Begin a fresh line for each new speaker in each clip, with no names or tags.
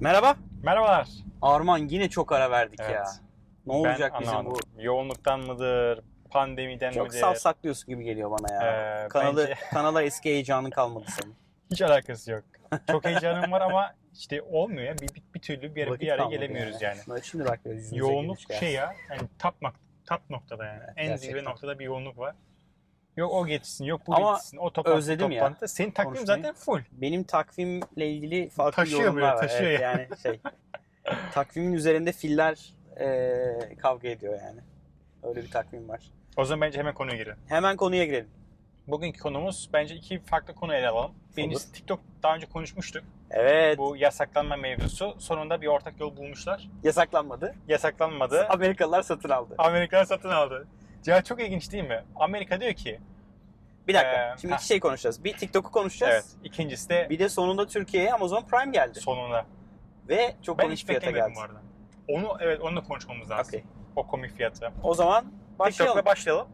Merhaba.
Merhabalar.
Arman yine çok ara verdik
Evet.
ya. Ne
Ben
olacak bizim bu?
anlamadım. Yoğunluktan mıdır? Pandemiden
Çok
midir?
saf saklıyorsun gibi geliyor bana ya.
Ee,
Kanalı,
bence-
kanala eski heyecanın kalmadı senin.
Hiç alakası yok. Çok heyecanım var ama işte olmuyor ya. Bir, bir, bir türlü bir, yere-
Vakit
bir araya
kalmadı
gelemiyoruz yani.
Böyle şimdi bak böyle yüzümüze
Yoğunluk
gülüş geldi.
şey ya. Yani tap, nok- tap noktada yani. en
gerçekten.
zirve noktada bir yoğunluk var. Yok o geçsin, yok bu
Ama
geçsin, o toplantı,
özledim ya
toplantı. Senin takvim
konuşmayı.
zaten full.
Benim takvimle ilgili farklı
Taşıyor
yorumlar
böyle,
var.
taşıyor
Evet, yani şey. takvimin üzerinde filler e, kavga ediyor yani. Öyle bir takvim var.
O zaman bence hemen konuya girelim.
Hemen konuya girelim.
Bugünkü konumuz bence iki farklı konu ele alalım. Birincisi TikTok daha önce konuşmuştuk.
Evet.
Bu yasaklanma mevzusu. Sonunda bir ortak yol bulmuşlar.
Yasaklanmadı.
Yasaklanmadı.
Amerikalılar satın aldı.
Amerikalılar satın aldı. Ya çok ilginç değil mi? Amerika diyor ki,
Bir dakika.
Ee,
Şimdi
heh.
iki şey konuşacağız. Bir TikTok'u
evet.
konuşacağız.
İkincisi de
Bir de sonunda Türkiye'ye Amazon Prime geldi.
sonuna.
Ve çok
Ben
komik
hiç
fiyata
beklemedim
geldi.
bu arada. Onu evet onunla konuşmamız lazım.
Okey.
O komik fiyatı.
O zaman başlayalım.
TikTok'la başlayalım.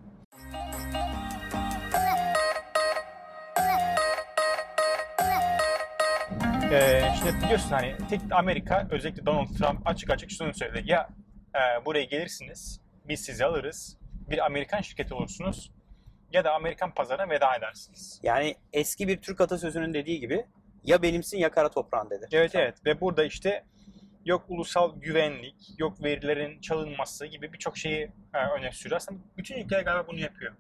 Ee, işte biliyorsun hani tek Amerika özellikle Donald Trump açık açık şunu söyledi. Ya e, buraya gelirsiniz, biz sizi alırız, bir Amerikan şirketi olursunuz ya da Amerikan pazarına veda edersiniz.
Yani eski bir Türk atasözünün dediği gibi ya benimsin ya kara toprağın dedi.
Evet evet ve burada işte yok ulusal güvenlik, yok verilerin çalınması gibi birçok şeyi e, öne sürüyor. Aslında bütün ülkeler galiba bunu yapıyor.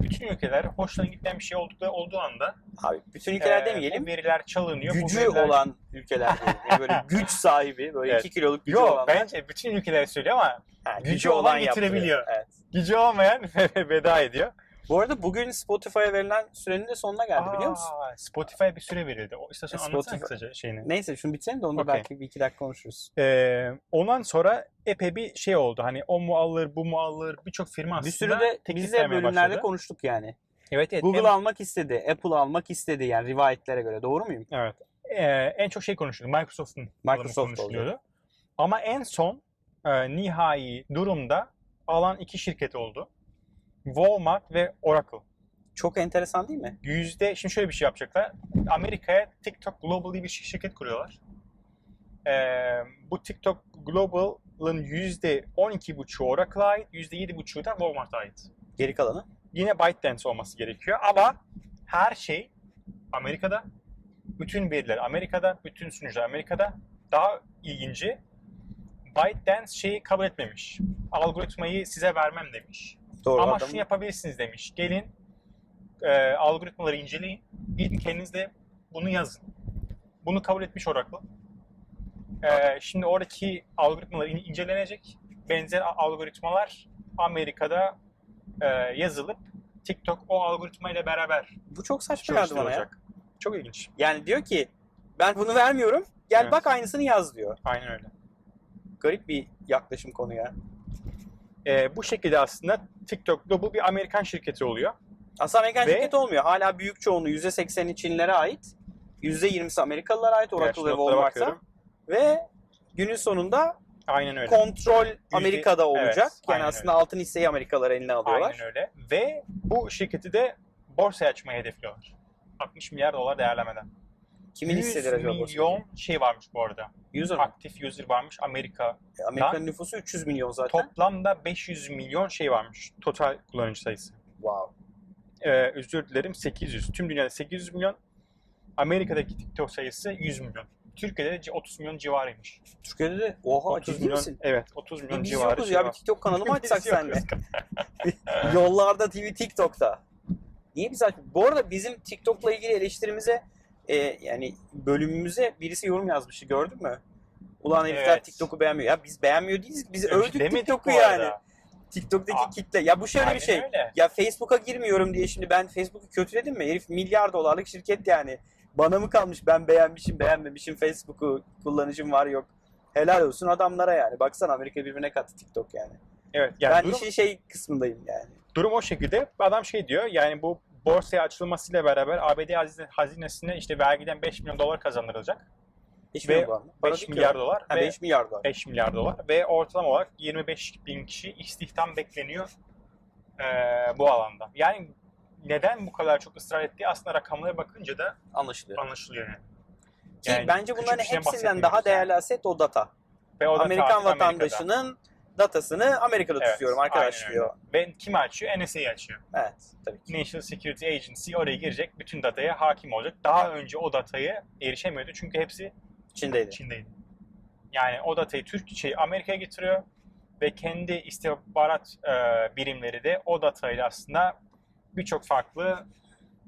Bütün ülkeler hoşlarına gitmeyen bir şey olduğu, olduğu anda
Abi bütün
e,
ülkeler
bu
demeyelim.
veriler çalınıyor. bu
Gücü
veriler-
olan ülkeler diyelim. Yani böyle güç sahibi, böyle
Evet.
2 kiloluk gücü
Yo
olanlar.
bence bütün ülkeler söylüyor ama
Ha,
gücü olan
yaptırıyor.
getirebiliyor.
Evet.
gücü olmayan veda ediyor.
Bu arada bugün Spotify'a verilen sürenin de sonuna geldi biliyor musun?
Aa, Spotify'a bir süre verildi. O istasyonu
E,
anlatsana
Spotify-
kısaca şeyini.
Neyse şunu bitirelim de onu da
Okey.
belki bir iki dakika konuşuruz.
Ee, ondan sonra epey bir şey oldu. Hani o mu alır, bu mu alır birçok firma aslında
Bir sürü de
teklif
biz de
vermeye
bölümlerde
başladı.
konuştuk yani.
Evet, evet.
Google
En-
almak istedi, Apple almak istedi yani rivayetlere göre doğru muyum?
Evet. Ee, en çok şey konuşuluyor. Microsoft'un alımı
Microsoft oldu.
konuşuluyordu. Ama en son e, nihai durumda alan iki şirket oldu. Walmart ve Oracle.
Çok enteresan değil mi?
Yüzde, şimdi şöyle bir şey yapacaklar. Amerika'ya TikTok Global diye bir şi- şirket kuruyorlar. Ee, bu TikTok Global'ın yüzde 12,5'u Oracle'a ait, yüzde 7,5'u da Walmart'a ait.
Geri kalanı.
Yine ByteDance olması gerekiyor ama her şey Amerika'da. Bütün veriler Amerika'da, bütün sunucular Amerika'da. Daha ilginci ByteDance şeyi kabul etmemiş. Algoritmayı size vermem demiş.
Doğru
Ama şey-
adam-
şunu yapabilirsiniz demiş. Gelin e, algoritmaları inceleyin. Gidin kendiniz de bunu yazın. Bunu kabul etmiş Oracle. E, şimdi oradaki algoritmalar in- incelenecek. Benzer a- algoritmalar Amerika'da e, yazılıp TikTok o algoritmayla beraber
Bu çok
Şey
saçma geldi bana ya.
çalıştırılacak. Çok ilginç.
Yani diyor ki ben bunu vermiyorum. Gel
Evet.
bak aynısını yaz diyor.
Aynen öyle.
Garip bir yaklaşım konuya.
E, bu şekilde aslında TikTok Global bir Amerikan şirketi oluyor.
Aslında Amerikan
Ve-
şirketi olmuyor. Hala büyük çoğunluğu %80'i Çinlere ait. %20'si Amerikalılara ait.
Evet,
Oracle ve
notlara
Walmart'a.
bakıyorum.
Ve günün sonunda
Aynen öyle.
kontrol Amerika'da olacak.
evet,
yani
aynen
aslında altın hisseyi Amerikalılar eline alıyorlar.
Aynen öyle. Ve bu şirketi de borsaya açmayı hedefliyorlar. 60 milyar dolar değerlemeden.
Kimin
100
hisseleri acaba? borsada?
milyon şey varmış bu arada.
100 mu?
Aktif user varmış Amerika.
Amerika'nın nüfusu 300 milyon zaten.
Toplamda 500 milyon şey varmış. Total kullanıcı sayısı.
Wow.
Ee, özür dilerim 800. Tüm dünyada 800 milyon. Amerika'daki TikTok sayısı 100 milyon. Türkiye'de de 30 milyon civarıymış.
Türkiye'de de oha
30
ciddi
milyon,
misin? E,
evet 30 milyon
Biz
civarı.
yokuz
şey
ya bir
var.
TikTok kanalı mı
Biz
açsak senle?
yokuz.
Yollarda TV TikTok'ta. Niye biz aç- Bu arada bizim TikTok'la ilgili eleştirimize e, yani bölümümüze birisi yorum yazmıştı gördün mü? Ulan herifler
Evet.
TikTok'u beğenmiyor. Ya biz beğenmiyor değiliz ki, biz
Öyle bir şey
övdük
demedik
TikTok'u
bu arada.
yani. TikTok'taki
Aa,
kitle. Ya bu şöyle
Aynen
bir şey.
öyle.
Ya Facebook'a girmiyorum diye şimdi ben Facebook'u kötüledim mi? Herif milyar dolarlık şirket yani. Bana mı kalmış ben beğenmişim beğenmemişim Facebook'u kullanıcım var yok. Helal olsun adamlara yani. Baksana Amerika birbirine kattı TikTok yani.
Evet, yani
ben
durum-
işin şey kısmındayım yani.
Durum o şekilde. Adam şey diyor yani bu borsaya açılmasıyla beraber ABD hazine- hazinesine işte vergiden 5 milyon dolar kazandırılacak.
5
Ve
milyon dolar mı? Para
5
değil ki
milyar
o.
dolar
Ha,
ve
5 milyar dolar.
5 milyar dolar ve ortalama olarak 25 bin kişi istihdam bekleniyor eee, bu alanda. Yani neden bu kadar çok ısrar ettiği aslında rakamlara bakınca da
Anlaşılıyor.
anlaşılıyor yani.
Ki
Yani
bence
küçük
bunların
bir şeyden
hepsinden daha
bahsetmiyoruz yani.
değerli aset o data.
Ve o da
Amerikan
tabii Amerika'da.
vatandaşının datasını Amerika'da
Evet,
tutuyorum
aynen
arkadaş
öyle.
diyor.
Ve kim açıyor? NSA'yı açıyor.
Evet tabii ki.
National Security Agency oraya girecek. Bütün dataya hakim olacak. Daha önce o dataya erişemiyordu. Çünkü hepsi
Çin'deydi.
Çin'deydi. Yani o datayı Türk şey Amerika'ya getiriyor ve kendi istihbarat e, birimleri de o datayla aslında birçok farklı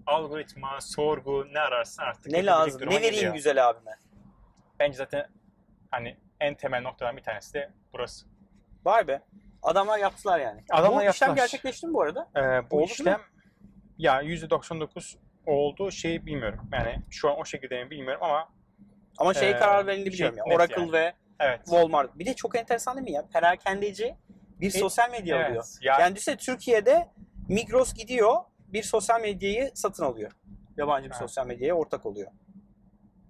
algoritma, sorgu ne ararsan artık
Ne
yapabilecek
lazım? Ne
duruma
vereyim
geliyor.
güzel abime?
Bence zaten hani en temel noktadan bir tanesi de burası.
Vay be. Adamlar yaptılar yani.
Adamlar
bu
yaptılar.
işlem gerçekleşti mi E, bu arada?
Ee, bu
Oldu mu?
işlem ya %99 olduğu şeyi bilmiyorum. Yani şu an o şekilde mi bilmiyorum ama
Ama şeye
Ee,
karar verildi biliyorum
şey,
ya.
net
Oracle
yani.
ve
evet.
Walmart. Bir de çok enteresan değil mi ya? Perakendeci bir
E,
sosyal medya
evet.
alıyor.
Ya,
Yani düşünsene Türkiye'de Migros gidiyor bir sosyal medyayı satın alıyor. Yabancı bir
Evet.
sosyal medyaya ortak oluyor.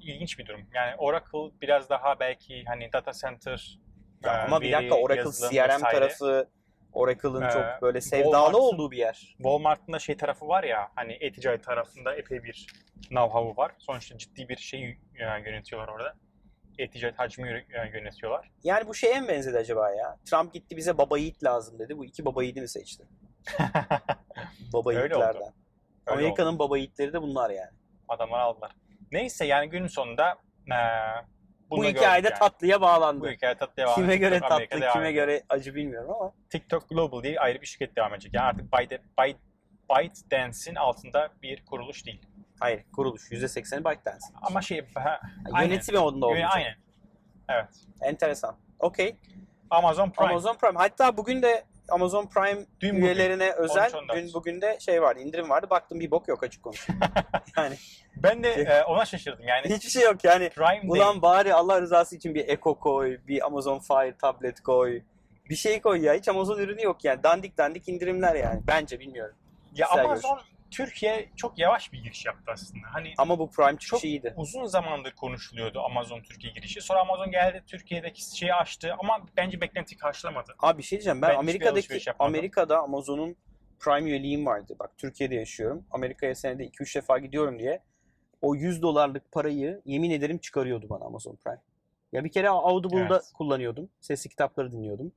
ilginç bir durum. Yani Oracle biraz daha belki hani data center
Ya
e,
ama bir
veri,
dakika Oracle
yazılım
CRM
vesaire.
tarafı Oracle'ın
Ee,
çok böyle
Walmart'ın-
sevdalı olduğu bir yer.
Walmart'ın da şey tarafı var ya hani e-ticaret tarafında epey bir know-how'u var. Sonuçta ciddi bir şey e, yönetiyorlar orada. E-ticaret hacmi yö- e, yönetiyorlar.
Yani bu şeye mi benzedi acaba ya? Trump gitti bize baba yiğit lazım dedi. Bu iki baba yiğidi mi seçti? Baba
Öyle
yiğitlerden.
Öyle oldu.
Amerika'nın baba yiğitleri de bunlar yani.
adamlar aldılar. Neyse yani günün sonunda e, bunu
bu
gördük
hikayede
yani.
tatlıya
bu
bağlandı.
hikaye tatlı devam
Kime
edecek.
göre
Amerika
tatlı,
devam
kime
edecek.
göre acı bilmiyorum ama.
TikTok Global diye ayrı bir şirket devam edecek. Yani artık Byte, Byte, ByteDance'in altında bir kuruluş değil.
Hayır kuruluş %80'i ByteDance.
Ama şey ha,
Yani
aynen.
Yönetimi onda olacak.
aynen. Evet.
Enteresan. Okey.
Amazon Prime.
Amazon Prime. Hatta bugün de Amazon Prime
Dün bugün.
üyelerine özel
13-14.
dün bugün de şey vardı indirim vardı. Baktım bir bok yok açık konuşayım. yani
Ben de e, ona şaşırdım. Yani
hiçbir şey yok yani.
Prime Day.
Ulan bari Allah rızası için bir Echo koy, bir Amazon Fire tablet koy. Bir şey koy ya. Hiç Amazon ürünü yok yani. Dandik dandik indirimler yani. Bence bilmiyorum.
ya
güzel
Amazon Türkiye çok yavaş bir giriş yaptı aslında. Hani
Ama bu Prime
Çok-
çıkışı iyiydi.
uzun zamandır konuşuluyordu Amazon Türkiye girişi. Sonra Amazon geldi Türkiye'deki şeyi açtı ama bence beklenti karşılamadı.
Abi bir şey diyeceğim. Ben,
Ben hiçbir
Amerika'daki
alışveriş yapmadım.
Amerika'da Amazon'un Prime üyeliğim vardı. Bak Türkiye'de yaşıyorum. Amerika'ya senede 2-3 defa gidiyorum diye o 100 dolarlık parayı yemin ederim çıkarıyordu bana Amazon Prime. Ya bir kere Audible'da
Evet.
kullanıyordum. Sesli kitapları dinliyordum.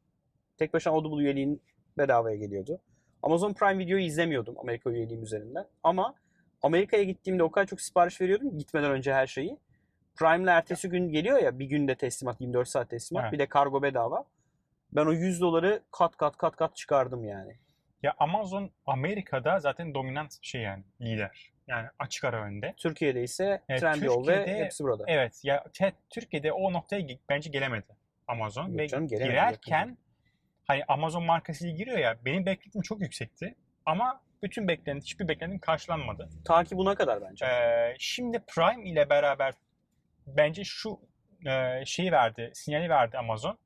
Tek başına Audible üyeliğin bedavaya geliyordu. Amazon Prime videoyu izlemiyordum Amerika üyeliğim üzerinden. Ama Amerika'ya gittiğimde o kadar çok sipariş veriyordum ki gitmeden önce her şeyi. Prime'le ertesi gün geliyor ya bir günde teslimat 24 saat teslimat
Evet.
bir de kargo bedava. Ben o 100 doları kat kat kat kat çıkardım yani.
Ya Amazon Amerika'da zaten dominant şey yani lider. Yani açık ara önde.
Türkiye'de ise
Evet,
Trendyol ve
E, Türkiye'de-
hepsi burada.
Evet ya te- Türkiye'de o noktaya ge- bence gelemedi Amazon
Yok
ve
canım, gelemedi,
girerken hani Amazon markasıyla giriyor ya benim beklentim çok yüksekti ama bütün beklenti hiçbir beklentim karşılanmadı.
Ta ki buna kadar bence.
Ee, şimdi Prime ile beraber bence şu e, şeyi verdi, sinyali verdi Amazon.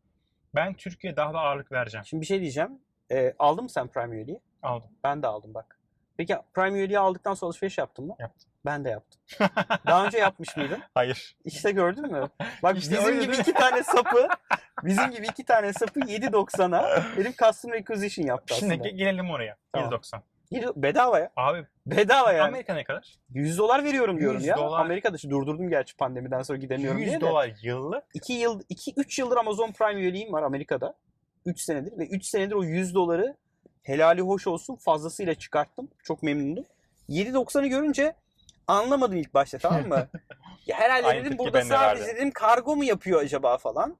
Ben Türkiye'ye daha da ağırlık vereceğim.
Şimdi bir şey diyeceğim. Ee, aldın mı sen Prime üyeliği?
Aldım.
Ben de aldım bak. Peki Prime üyeliği aldıktan sonra alışveriş yaptın mı?
Yaptım.
Ben de yaptım. Daha önce yapmış mıydın?
Hayır.
İşte gördün mü? Bak
İşte
bizim
öyle
gibi
değil mi?
iki tane sapı, bizim gibi iki tane sapı 7.90'a benim custom requisition yaptı
Şimdi
aslında.
ge- gelelim oraya.
Tamam.
190.
Yedi- bedava ya.
Abi
Bedava yani.
Amerika ne kadar?
100 dolar veriyorum diyorum
100
ya.
dolar.
Amerika'da şu durdurdum gerçi pandemiden sonra gidemiyorum
100
diye de.
dolar yıllık.
2 yıl 2 3 yıldır Amazon Prime üyeliğim var Amerika'da. 3 senedir ve 3 senedir o 100 doları helali hoş olsun fazlasıyla çıkarttım. Çok memnundum. 7.90'ı görünce anlamadım ilk başta tamam mı? ya herhalde
Aynı
dedim
tepki
burada
ben de
sadece
verdim.
dedim kargo mu yapıyor acaba falan.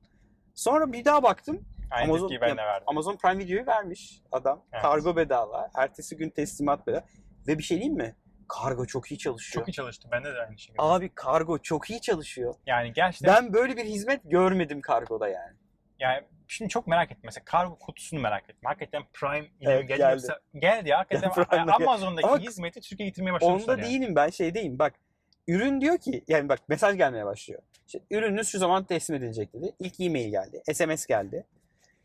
Sonra bir daha baktım.
Aynı
Amazon-
tepkiyi ben de
ya,
verdim.
Amazon Prime videoyu vermiş adam.
Evet.
Kargo bedava. Ertesi gün teslimat bedava. Ve bir şey diyeyim mi? Kargo çok iyi çalışıyor.
Çok iyi çalıştı. Bende de aynı şekilde.
Abi kargo çok iyi çalışıyor.
Yani gerçekten
Ben böyle bir hizmet görmedim kargoda yani.
yani şimdi çok merak ettim. Mesela kargo kutusunu merak ettim. Hakikaten Prime ile
Evet,
mi geldi yoksa geldi ya hakikaten
Prime'la geldi.
Amazon'daki
Ama
hizmeti Türkiye'ye getirmeye başlamışlar
Onda
yani.
değilim ben şeydeyim bak. Ürün diyor ki yani bak mesaj gelmeye başlıyor. İşte, ürününüz şu zaman teslim edilecek dedi. İlk e-mail geldi. SMS geldi.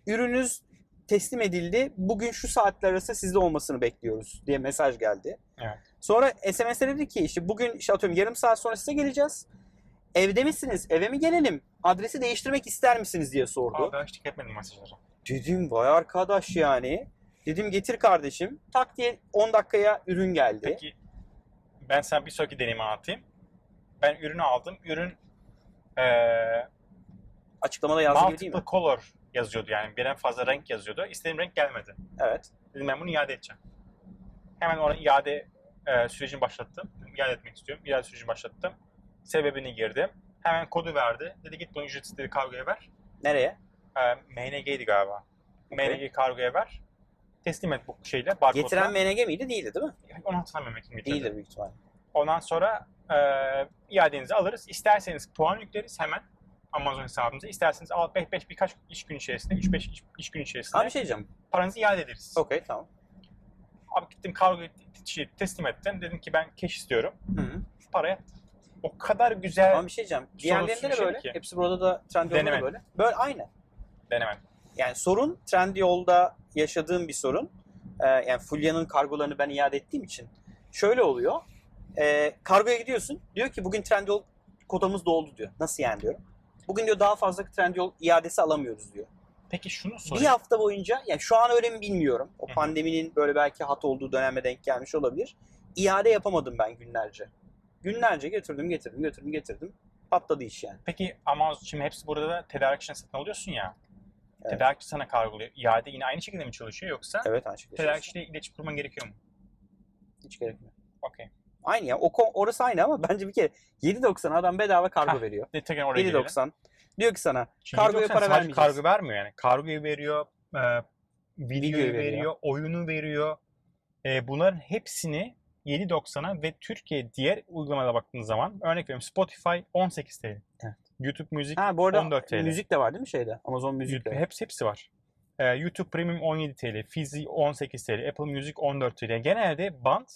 Ürününüz teslim edildi. Bugün şu saatler arası sizde olmasını bekliyoruz diye mesaj geldi.
Evet.
Sonra SMS'e dedi ki işte bugün işte atıyorum yarım saat sonra size geleceğiz. Evde misiniz? Eve mi gelelim? Adresi değiştirmek ister misiniz diye sordu.
Abi ben hiç dikkat etmedim mesajlara.
Dedim vay arkadaş yani. Dedim getir kardeşim. Tak diye 10 dakikaya ürün geldi.
Peki ben sana bir sonraki deneyimi anlatayım. Ben ürünü aldım. Ürün Ee,
Açıklamada yazdı gibi değil mi?
multiple color yazıyordu yani birden fazla renk yazıyordu. İstediğim renk gelmedi.
Evet.
Dedim ben bunu iade edeceğim. Hemen ona iade e, sürecini başlattım. Dedim, İade etmek istiyorum. İade sürecini başlattım. Sebebini girdim. Hemen kodu verdi. Dedi git bunu ücretsiz dedi kargoya ver.
Nereye?
E, MNG'ydi galiba. MNG kargoya ver. Teslim et bu şeyle. Barkodla.
Getiren MNG miydi? Değildi değil mi?
Onu hatırlamıyorum kim getirdi.
Değildir büyük ihtimalle.
Ondan sonra e, iadenizi alırız. İsterseniz puan yükleriz hemen Amazon hesabımıza. İsterseniz 5-5 birkaç iş gün içerisinde, 3-5 iş, iş gün içerisinde
Abi bir şey diyeceğim.
paranızı iade ederiz.
Okey tamam.
Abi gittim kargo şey, teslim ettim. Dedim ki ben cash istiyorum.
Hı -hı.
Paraya o kadar güzel
Ama bir şey diyeceğim. Diğerlerinde de
bir şey
böyle.
ki.
Hepsi burada da Trendyol'da da
Deneme.
böyle. Böyle aynı.
denemem.
Yani sorun Trendyol'da yaşadığım bir sorun. Ee, yani Fulya'nın kargolarını ben iade ettiğim için. Şöyle oluyor. Ee, kargoya gidiyorsun. Diyor ki bugün Trendyol kotamız doldu diyor. Nasıl yani diyorum. Bugün diyor daha fazla Trendyol iadesi alamıyoruz diyor.
Peki şunu
Bir
sorayım.
hafta boyunca yani şu an öyle mi bilmiyorum. O
Hı hı.
pandeminin böyle belki hat olduğu döneme denk gelmiş olabilir. İade yapamadım ben günlerce. Günlerce getirdim getirdim getirdim getirdim. Patladı iş yani.
Peki Amazon şimdi hepsi burada da tedarikçiden satın alıyorsun ya.
Evet.
Tedarikçi sana kargoluyor. İade yine aynı şekilde mi çalışıyor yoksa
Evet aynı şekilde.
tedarikçiyle iletişim kurman gerekiyor mu?
Hiç gerek yok.
Okey.
Aynı ya. O, ko- orası aynı ama bence bir kere 7.90 adam bedava kargo
Hah,
veriyor.
De- Tekrar oraya gelelim.
7.90. Diyor ki sana
Şimdi
Kargoya
190
para
sadece
vermeyeceğiz.
Kargo vermiyor yani. Kargoyu veriyor, e, videoyu
Videoyu veriyor.
veriyor, oyunu veriyor. E, bunların hepsini 7.90'a ve Türkiye diğer uygulamalara baktığınız zaman örnek veriyorum Spotify 18 TL.
Evet.
YouTube Müzik
ha bu arada
14 TL.
müzik de var değil mi şeyde? Amazon müzik de.
YouTube,
var.
hepsi hepsi var. E, YouTube Premium 17 TL, Fizi 18 TL, Apple Music 14 TL. Genelde band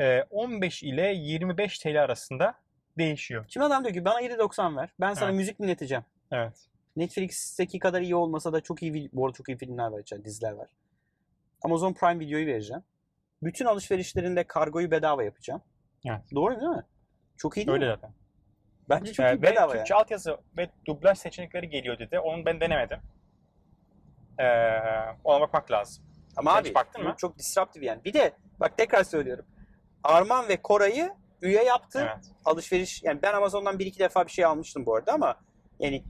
e, 15 ile 25 TL arasında değişiyor.
Şimdi adam diyor ki bana 7.90 ver. Ben sana
Evet.
müzik dinleteceğim.
Evet.
Netflix'teki kadar iyi olmasa da çok iyi vi- bu arada çok iyi filmler var içeride, diziler var. Amazon Prime videoyu vereceğim. Bütün alışverişlerinde kargoyu bedava yapacağım.
Evet.
Doğru değil mi? Çok iyi değil
Öyle
mi?
zaten.
Bence çok
Ee,
iyi
ve
bedava yani.
Türkçe altyazı ve dublaj seçenekleri geliyor dedi. Onu ben denemedim. Ee, ona bakmak lazım.
Ama
Sen
abi
hiç baktın
bu
mı?
çok disruptive yani. Bir de bak tekrar söylüyorum. Arman ve Koray'ı üye yaptı.
Evet.
Alışveriş yani ben Amazon'dan bir iki defa bir şey almıştım bu arada ama yani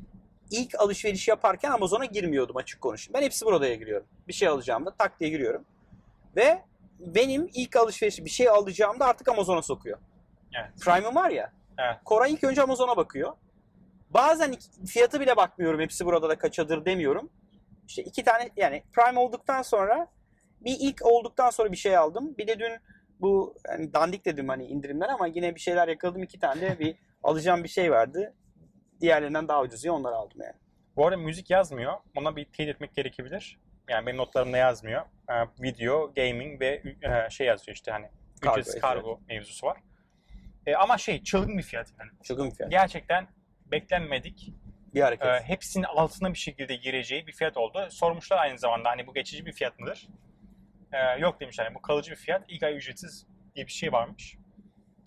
ilk alışveriş yaparken Amazon'a girmiyordum açık konuşayım. Ben hepsi buradaya giriyorum. Bir şey alacağımda tak diye giriyorum. Ve benim ilk alışveriş bir şey alacağımda artık Amazon'a sokuyor.
Evet.
Prime'ım var ya.
Evet.
Koray ilk önce Amazon'a bakıyor. Bazen ik- fiyatı bile bakmıyorum. Hepsi burada da kaçadır demiyorum. İşte iki tane yani Prime olduktan sonra bir ilk olduktan sonra bir şey aldım. Bir de dün bu yani dandik dedim hani indirimler ama yine bir şeyler yakaladım. iki tane de bir alacağım bir şey vardı. Diğerlerinden daha ucuz ya onları aldım yani.
Bu arada müzik yazmıyor. Ona bir teyit etmek gerekebilir. Yani benim notlarımda yazmıyor. Ee, video, gaming ve e, şey yazıyor işte hani
Kargo,
ücretsiz
evet.
kargo mevzusu var. Ee, ama şey çılgın bir fiyat yani.
Çılgın bir fiyat.
Gerçekten beklenmedik.
Bir hareket.
Ee, hepsinin altına bir şekilde gireceği bir fiyat oldu. Sormuşlar aynı zamanda hani bu geçici bir fiyat mıdır? Ee, yok demişler hani bu kalıcı bir fiyat. İlk ay ücretsiz diye bir şey varmış.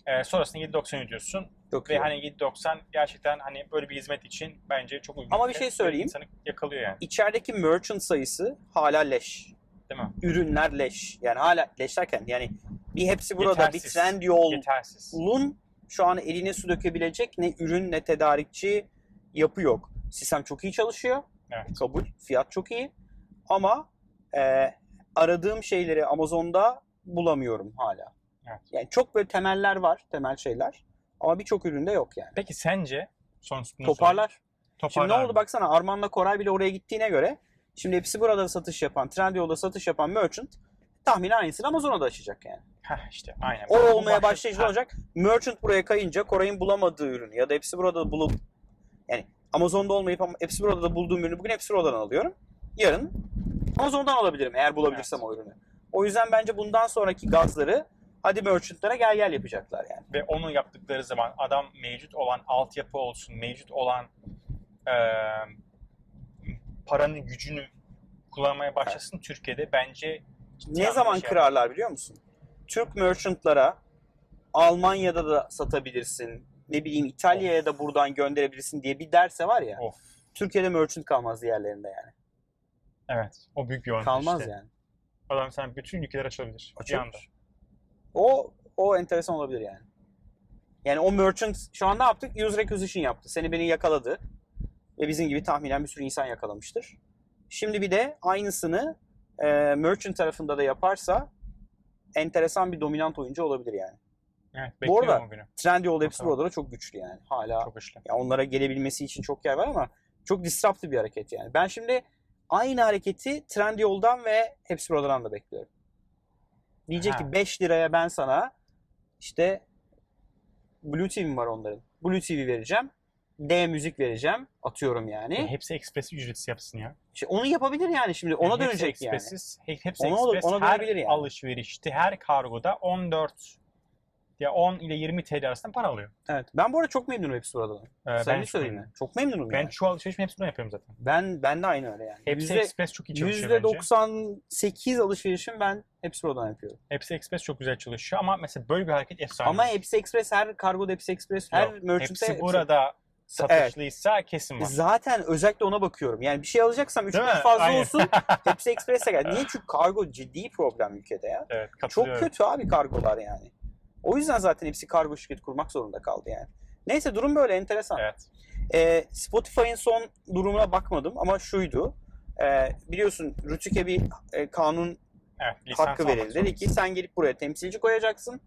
Ee, sonrasında 7.90 ödüyorsun.
Çok
Ve
iyi.
hani 7.90 gerçekten hani böyle bir hizmet için bence çok uygun.
Ama bir
fiyat.
şey söyleyeyim.
İnsanı yakalıyor yani
İçerideki merchant sayısı hala leş.
değil mi?
Ürünler leş. Yani hala leş derken yani bir hepsi burada bir
Yetersiz.
trend yol
Yetersiz.
Lun şu an eline su dökebilecek ne ürün ne tedarikçi yapı yok. Sistem çok iyi çalışıyor.
Evet.
Kabul. Fiyat çok iyi. Ama e, aradığım şeyleri Amazon'da bulamıyorum hala.
Evet.
Yani çok böyle temeller var. Temel şeyler. Ama birçok üründe yok yani.
Peki sence son bunu
Toparlar.
sorayım. Toparlar
Şimdi ne oldu
mı?
baksana Arman'la Koray bile oraya gittiğine göre şimdi hepsi burada satış yapan, Trendyol'da satış yapan merchant tahminen aynısını Amazon'a da açacak yani.
Heh işte aynen.
O
Bu- bu
olmaya
başka-
başlayıcı
Ha,
olacak. Merchant buraya kayınca Koray'ın bulamadığı ürünü ya da hepsi burada bulup yani Amazon'da olmayıp ama hepsi burada da bulduğum ürünü bugün hepsi buradan alıyorum. Yarın Amazon'dan alabilirim eğer bulabilirsem o ürünü. O yüzden bence bundan sonraki gazları hadi merchantlara gel gel yapacaklar yani.
ve onu yaptıkları zaman adam mevcut olan altyapı olsun, mevcut olan e, paranın gücünü kullanmaya başlasın Türkiye'de bence ciddi
Ne
anlamda
zaman
şey
kırarlar biliyor musun? Türk merchantlara Almanya'da da satabilirsin. Ne bileyim İtalya'ya da buradan gönderebilirsin diye bir derse var ya.
yapar. Of.
Türkiye'de merchant kalmaz yerlerinde yani.
Evet. O büyük bir yöntem
Kalmaz
işte.
yani.
Adam sen bütün ülkeler açabilir. Bir
Açılır.
anda.
O o enteresan olabilir yani. Yani o merchant şu an ne yaptık? User acquisition yaptı. Seni beni yakaladı. Ve bizim gibi tahminen bir sürü insan yakalamıştır. Şimdi bir de aynısını e, merchant tarafında da yaparsa enteresan bir dominant oyuncu olabilir yani.
Evet,
Bu arada-
bekliyorum o günü.
Trendyol hepsi
Bakalım.
buralara çok güçlü yani. Hala
Çok güçlü.
ya onlara gelebilmesi için çok yer var ama çok disruptive bir hareket yani. Ben şimdi aynı hareketi Trendyol'dan ve Hepsi Buradan da bekliyorum. Diyecek
Ha.
ki 5 liraya ben sana işte Blue TV'm var onların. Blue TV vereceğim. D müzik vereceğim. Atıyorum
Ya
yani.
E, hepsi ekspres ücretsiz yapsın ya.
İşte onu yapabilir yani şimdi. Ona
Yani E hepsi
dönecek yani.
ekspresiz, he- Hepsi
Ona olur,
ekspres.
ona
her
dönebilir yani.
alışverişte, her kargoda 14 ya 10 ile 20 TL arasında para alıyor.
Evet. Ben bu arada çok memnunum Hepsi Buradan.
Ee,
Samimi
şu-
söyleyeyim. yani. Çok memnunum
Ben
yani.
şu alışverişimi hepsinden yapıyorum zaten.
Ben ben de aynı öyle yani.
Hepsi
Yüzde-
ekspres çok iyi çalışıyor bence.
%98 alışverişim ben Hepsi Buradan yapıyorum.
Hepsi ekspres çok güzel çalışıyor ama mesela böyle bir hareket efsane.
Ama
Yok,
hepsi Express her kargoda hepsi Express her merchant'te
hepsi burada satışlıysa kesin var.
Zaten özellikle ona bakıyorum. Yani bir şey alacaksam 3
Değil mi?
fazla
Aynen.
olsun hepsi Express'e gel. Niye? Çünkü kargo ciddi problem ülkede ya.
Evet,
Çok
katılıyorum.
kötü abi kargolar yani. O yüzden zaten hepsi kargo şirketi kurmak zorunda kaldı yani. Neyse durum böyle enteresan.
Evet.
Ee, Spotify'ın son durumuna bakmadım ama şuydu. Ee, biliyorsun Rütük'e bir e, kanun
Evet, lisans
hakkı
almak
verildi.
zorunda.
Dedi ki sen gelip buraya temsilci koyacaksın.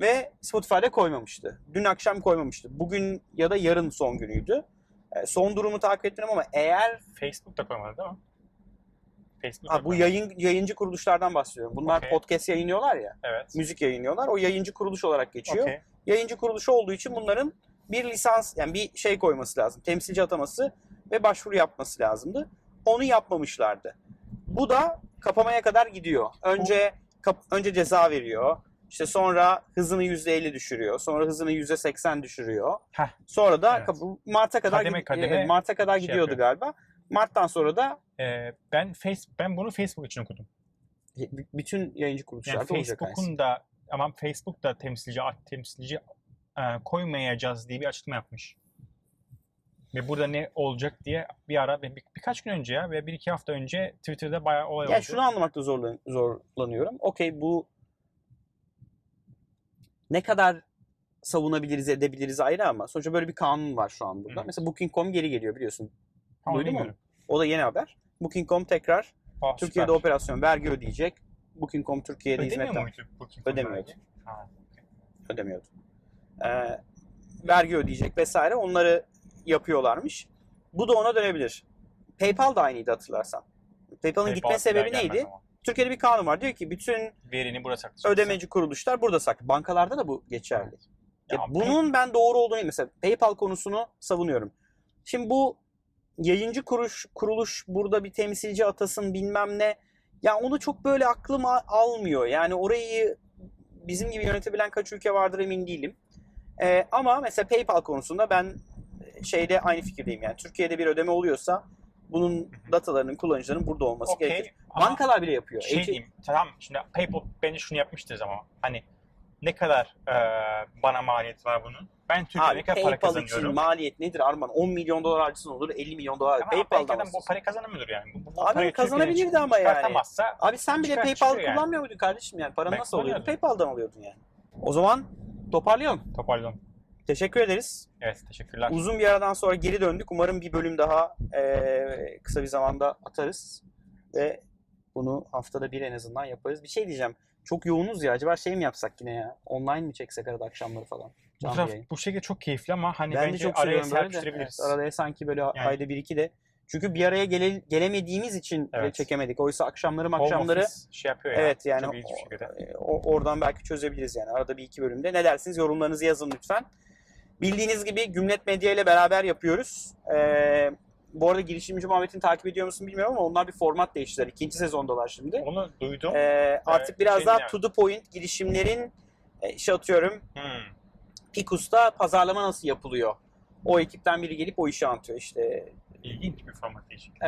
Ve Spotify'da koymamıştı. Dün akşam koymamıştı. Bugün ya da yarın son günüydü. E, Son durumu takip etmiyorum ama eğer
Facebook da koymadı değil mi? Facebook da
ha, bu
koymadı.
yayın yayıncı kuruluşlardan bahsediyorum. Bunlar
Okey.
podcast yayınlıyorlar ya,
Evet.
müzik yayınlıyorlar. O yayıncı kuruluş olarak geçiyor.
Okey.
Yayıncı kuruluşu olduğu için bunların bir lisans yani bir şey koyması lazım. Temsilci ataması ve başvuru yapması lazımdı. Onu yapmamışlardı. Bu da kapamaya kadar gidiyor. Önce kap- önce ceza veriyor. İşte sonra hızını %50 düşürüyor. Sonra hızını %80 düşürüyor.
Heh.
Sonra da
Evet.
kap- Mart'a kadar
Kademe
gid-
kademe
e, Mart'a kadar
şey
gidiyordu galiba. Mart'tan sonra da
Ee, ben face ben bunu Facebook için okudum.
b- bütün yayıncı
Yani
kuruluşlarda olacak aynısı.
Facebook'un da ama Facebook da temsilci temsilci e, koymayacağız diye bir açıklama yapmış. Ve burada ne olacak diye bir ara ve bir- birkaç gün önce ya ve bir iki hafta önce Twitter'da bayağı olay
Ya
oldu.
şunu anlamakta zorlan- zorlanıyorum. Okey bu ne kadar savunabiliriz edebiliriz ayrı ama sonuçta böyle bir kanun var şu an burada.
Hı.
Mesela Booking.com geri geliyor biliyorsun.
Tam
duydun mu?
bilmiyorum.
O da yeni haber. Booking.com tekrar
Ah,
Türkiye'de
süper.
operasyon vergi ödeyecek. Booking.com Türkiye'de
Ödemiyor
hizmet
muydu Booking.com
Ödemiyor.
vergi? Ha,
ödemiyordu. Ee, vergi ödeyecek vesaire onları yapıyorlarmış. Bu da ona dönebilir. PayPal da aynıydı hatırlarsan. PayPal'ın
PayPal
gitme sebebi
gelmez
neydi?
ama.
Türkiye'de bir kanun var. Diyor ki bütün
Verini buraya saklayacak.
ödemeci kuruluşlar burada saklı. Bankalarda da bu geçerli. Ya
Ya
bunun ben doğru olduğunu mesela PayPal konusunu savunuyorum. Şimdi bu yayıncı kuruş kuruluş burada bir temsilci atasın bilmem ne. Ya onu çok böyle aklım a- almıyor. Yani orayı bizim gibi yönetebilen kaç ülke vardır emin değilim. Ee, ama mesela PayPal konusunda ben e, şeyde aynı fikirdeyim. Yani Türkiye'de bir ödeme oluyorsa bunun datalarının kullanıcıların burada olması
Okey,
gerekir.
ama-
Bankalar bile yapıyor. E,
şey
Ece-
diyeyim tamam şimdi PayPal bence şunu yapmıştır ama hani ne kadar e, bana maliyet var bunun? Ben Türkiye'de
Abi
ne kadar para
PayPal için
kazanıyorum?
maliyet nedir Arman? 10 milyon dolar harcısın olur, 50 milyon dolar.
Ama
PayPal'dan
PayPal'dan bu
bahsediyorsun.
para kazanamıyordur yani. Bu, bu
Abi
parayı
kazanabilirdi
Türkiye'den çıkar-
ama yani.
Çıkartamazsa
Abi sen bile
Çıkar-
PayPal
çıkıyor yani.
kullanmıyor muydun kardeşim yani? Paranı
Ben
nasıl alıyordun?
kullanıyordum.
PayPal'dan alıyordun yani. O zaman toparlayalım.
toparlayalım.
Teşekkür ederiz.
Evet teşekkürler.
Uzun bir aradan sonra geri döndük. Umarım bir bölüm daha eee, kısa bir zamanda atarız. Ve bunu haftada bir en azından yaparız. Bir şey diyeceğim. Çok yoğunuz ya. Acaba şey mi yapsak yine ya? Online mi çeksek arada akşamları falan?
bu,
Canlı
taraf,
yayın.
bu şekilde çok keyifli ama hani
Ben de
bence
çok
araya
seviyorum böyle de.
serpiştirebiliriz.
Evet, araya sanki böyle ayda bir iki de. Çünkü bir araya gele- gelemediğimiz için bile
Evet.
çekemedik. Oysa akşamları
Home
akşamları
office şey yapıyor ya.
Evet, yani
Çok ilginç bir
o-
şekilde.
e, o- oradan belki çözebiliriz yani arada bir iki bölümde. Ne dersiniz yorumlarınızı yazın lütfen. Bildiğiniz gibi Gümlet Medya ile beraber yapıyoruz. Ee, bu arada girişimci muhabbetini takip ediyor musun bilmiyorum ama onlar bir format değiştiler. İkinci sezondalar şimdi.
Onu duydum.
Ee, artık biraz
şey
daha
yani.
to the point girişimlerin e, işte atıyorum
Hmm.
Picus'ta pazarlama nasıl yapılıyor? O ekipten biri gelip o işi anlatıyor işte.
İlginç bir format değişikliği.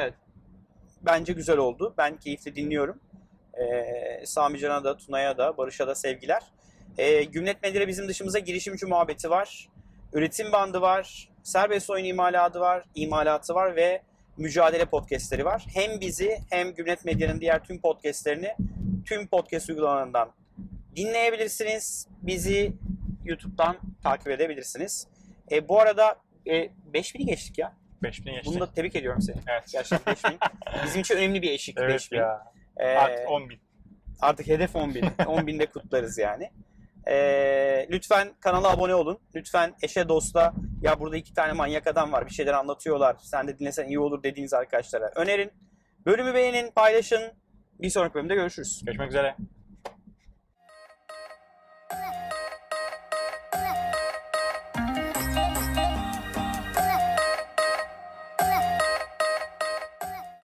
Bence güzel oldu. Ben keyifle dinliyorum. Ee, Sami Can'a da, Tuna'ya da, Barış'a da sevgiler. Ee, Gümlet Medya'da bizim dışımıza girişimci muhabbeti var. Üretim bandı var. Serbest oyun imalatı var. imalatı var ve mücadele podcastleri var. Hem bizi hem Gümlet Medya'nın diğer tüm podcastlerini tüm podcast uygulamalarından dinleyebilirsiniz. Bizi YouTube'dan takip edebilirsiniz. E, bu arada e, 5000'i geçtik ya.
5000'e geçti.
Bunu da tebrik ediyorum seni.
evet.
Gerçekten 5000. Bizim için önemli bir eşik.
Evet
5000.
ya.
E,
Artık 10 bin.
Artık hedef 10 bin. 10 binde kutlarız yani. Ee, lütfen kanala abone olun. Lütfen eşe dosta ya burada iki tane manyak adam var bir şeyler anlatıyorlar. Sen de dinlesen iyi olur dediğiniz arkadaşlara önerin. Bölümü beğenin, paylaşın. Bir sonraki bölümde görüşürüz.
Görüşmek üzere.